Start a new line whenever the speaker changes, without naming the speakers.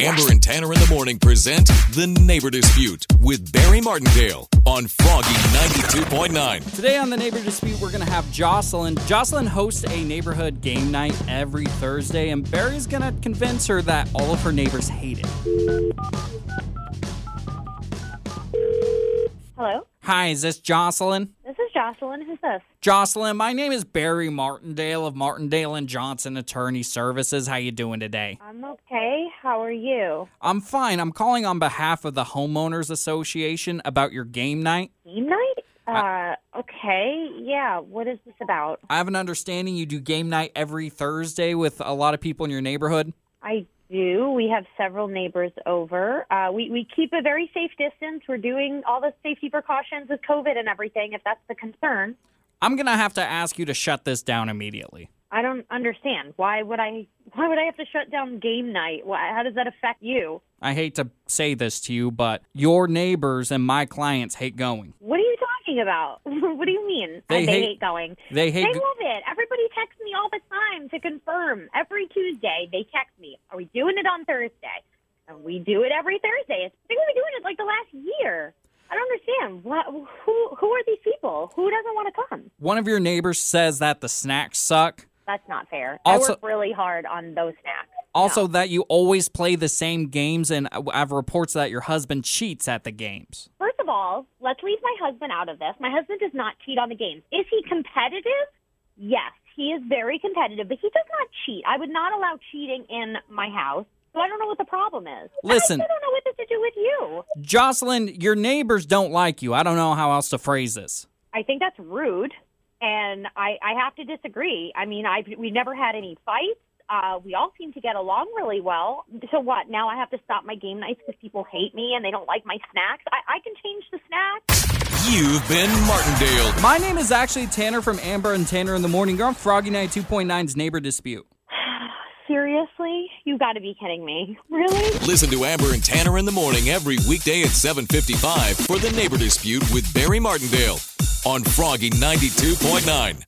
Amber and Tanner in the morning present The Neighbor Dispute with Barry Martindale on Froggy 92.9.
Today on the Neighbor Dispute, we're going to have Jocelyn. Jocelyn hosts a neighborhood game night every Thursday, and Barry's going to convince her that all of her neighbors hate it.
Hello,
Hi, is this Jocelyn?
this is Jocelyn. Who's this?
Jocelyn, my name is Barry Martindale of Martindale and Johnson Attorney Services. How you doing today?
I'm okay. How are you?
I'm fine. I'm calling on behalf of the homeowners association about your game night.
Game night? Uh, okay. Yeah. What is this about?
I have an understanding you do game night every Thursday with a lot of people in your neighborhood.
I do. We have several neighbors over. Uh, we we keep a very safe distance. We're doing all the safety precautions with COVID and everything. If that's the concern,
I'm going to have to ask you to shut this down immediately.
I don't understand. Why would I? Why would I have to shut down game night? Why, how does that affect you?
I hate to say this to you, but your neighbors and my clients hate going.
What are you talking about? what do you mean?
They
they
hate-
hate going.
They
They
hate.
love it. Everybody texts me all the time to confirm. Every Tuesday, they text me, Are we doing it on Thursday? And we do it every Thursday. It's, I think we've been doing it like the last year. I don't understand. What, who, who are these people? Who doesn't want to come?
One of your neighbors says that the snacks suck.
That's not fair. I
Also-
work really hard on those snacks.
Also, that you always play the same games, and I I have reports that your husband cheats at the games.
First of all, let's leave my husband out of this. My husband does not cheat on the games. Is he competitive? Yes, he is very competitive, but he does not cheat. I would not allow cheating in my house. So I don't know what the problem is.
Listen.
I also don't know what this has to do with you.
Jocelyn, your neighbors don't like you. I don't know how else to phrase this.
I think that's rude, and I, I have to disagree. I mean, I we never had any fights. Uh, we all seem to get along really well. So what? Now I have to stop my game nights because people hate me and they don't like my snacks. I, I can change the snacks.
You've been Martindale.
My name is actually Tanner from Amber and Tanner in the Morning. You're on Froggy Night 2.9's Neighbor Dispute.
Seriously, you got to be kidding me! Really?
Listen to Amber and Tanner in the morning every weekday at 7:55 for The Neighbor Dispute with Barry Martindale on Froggy 92.9.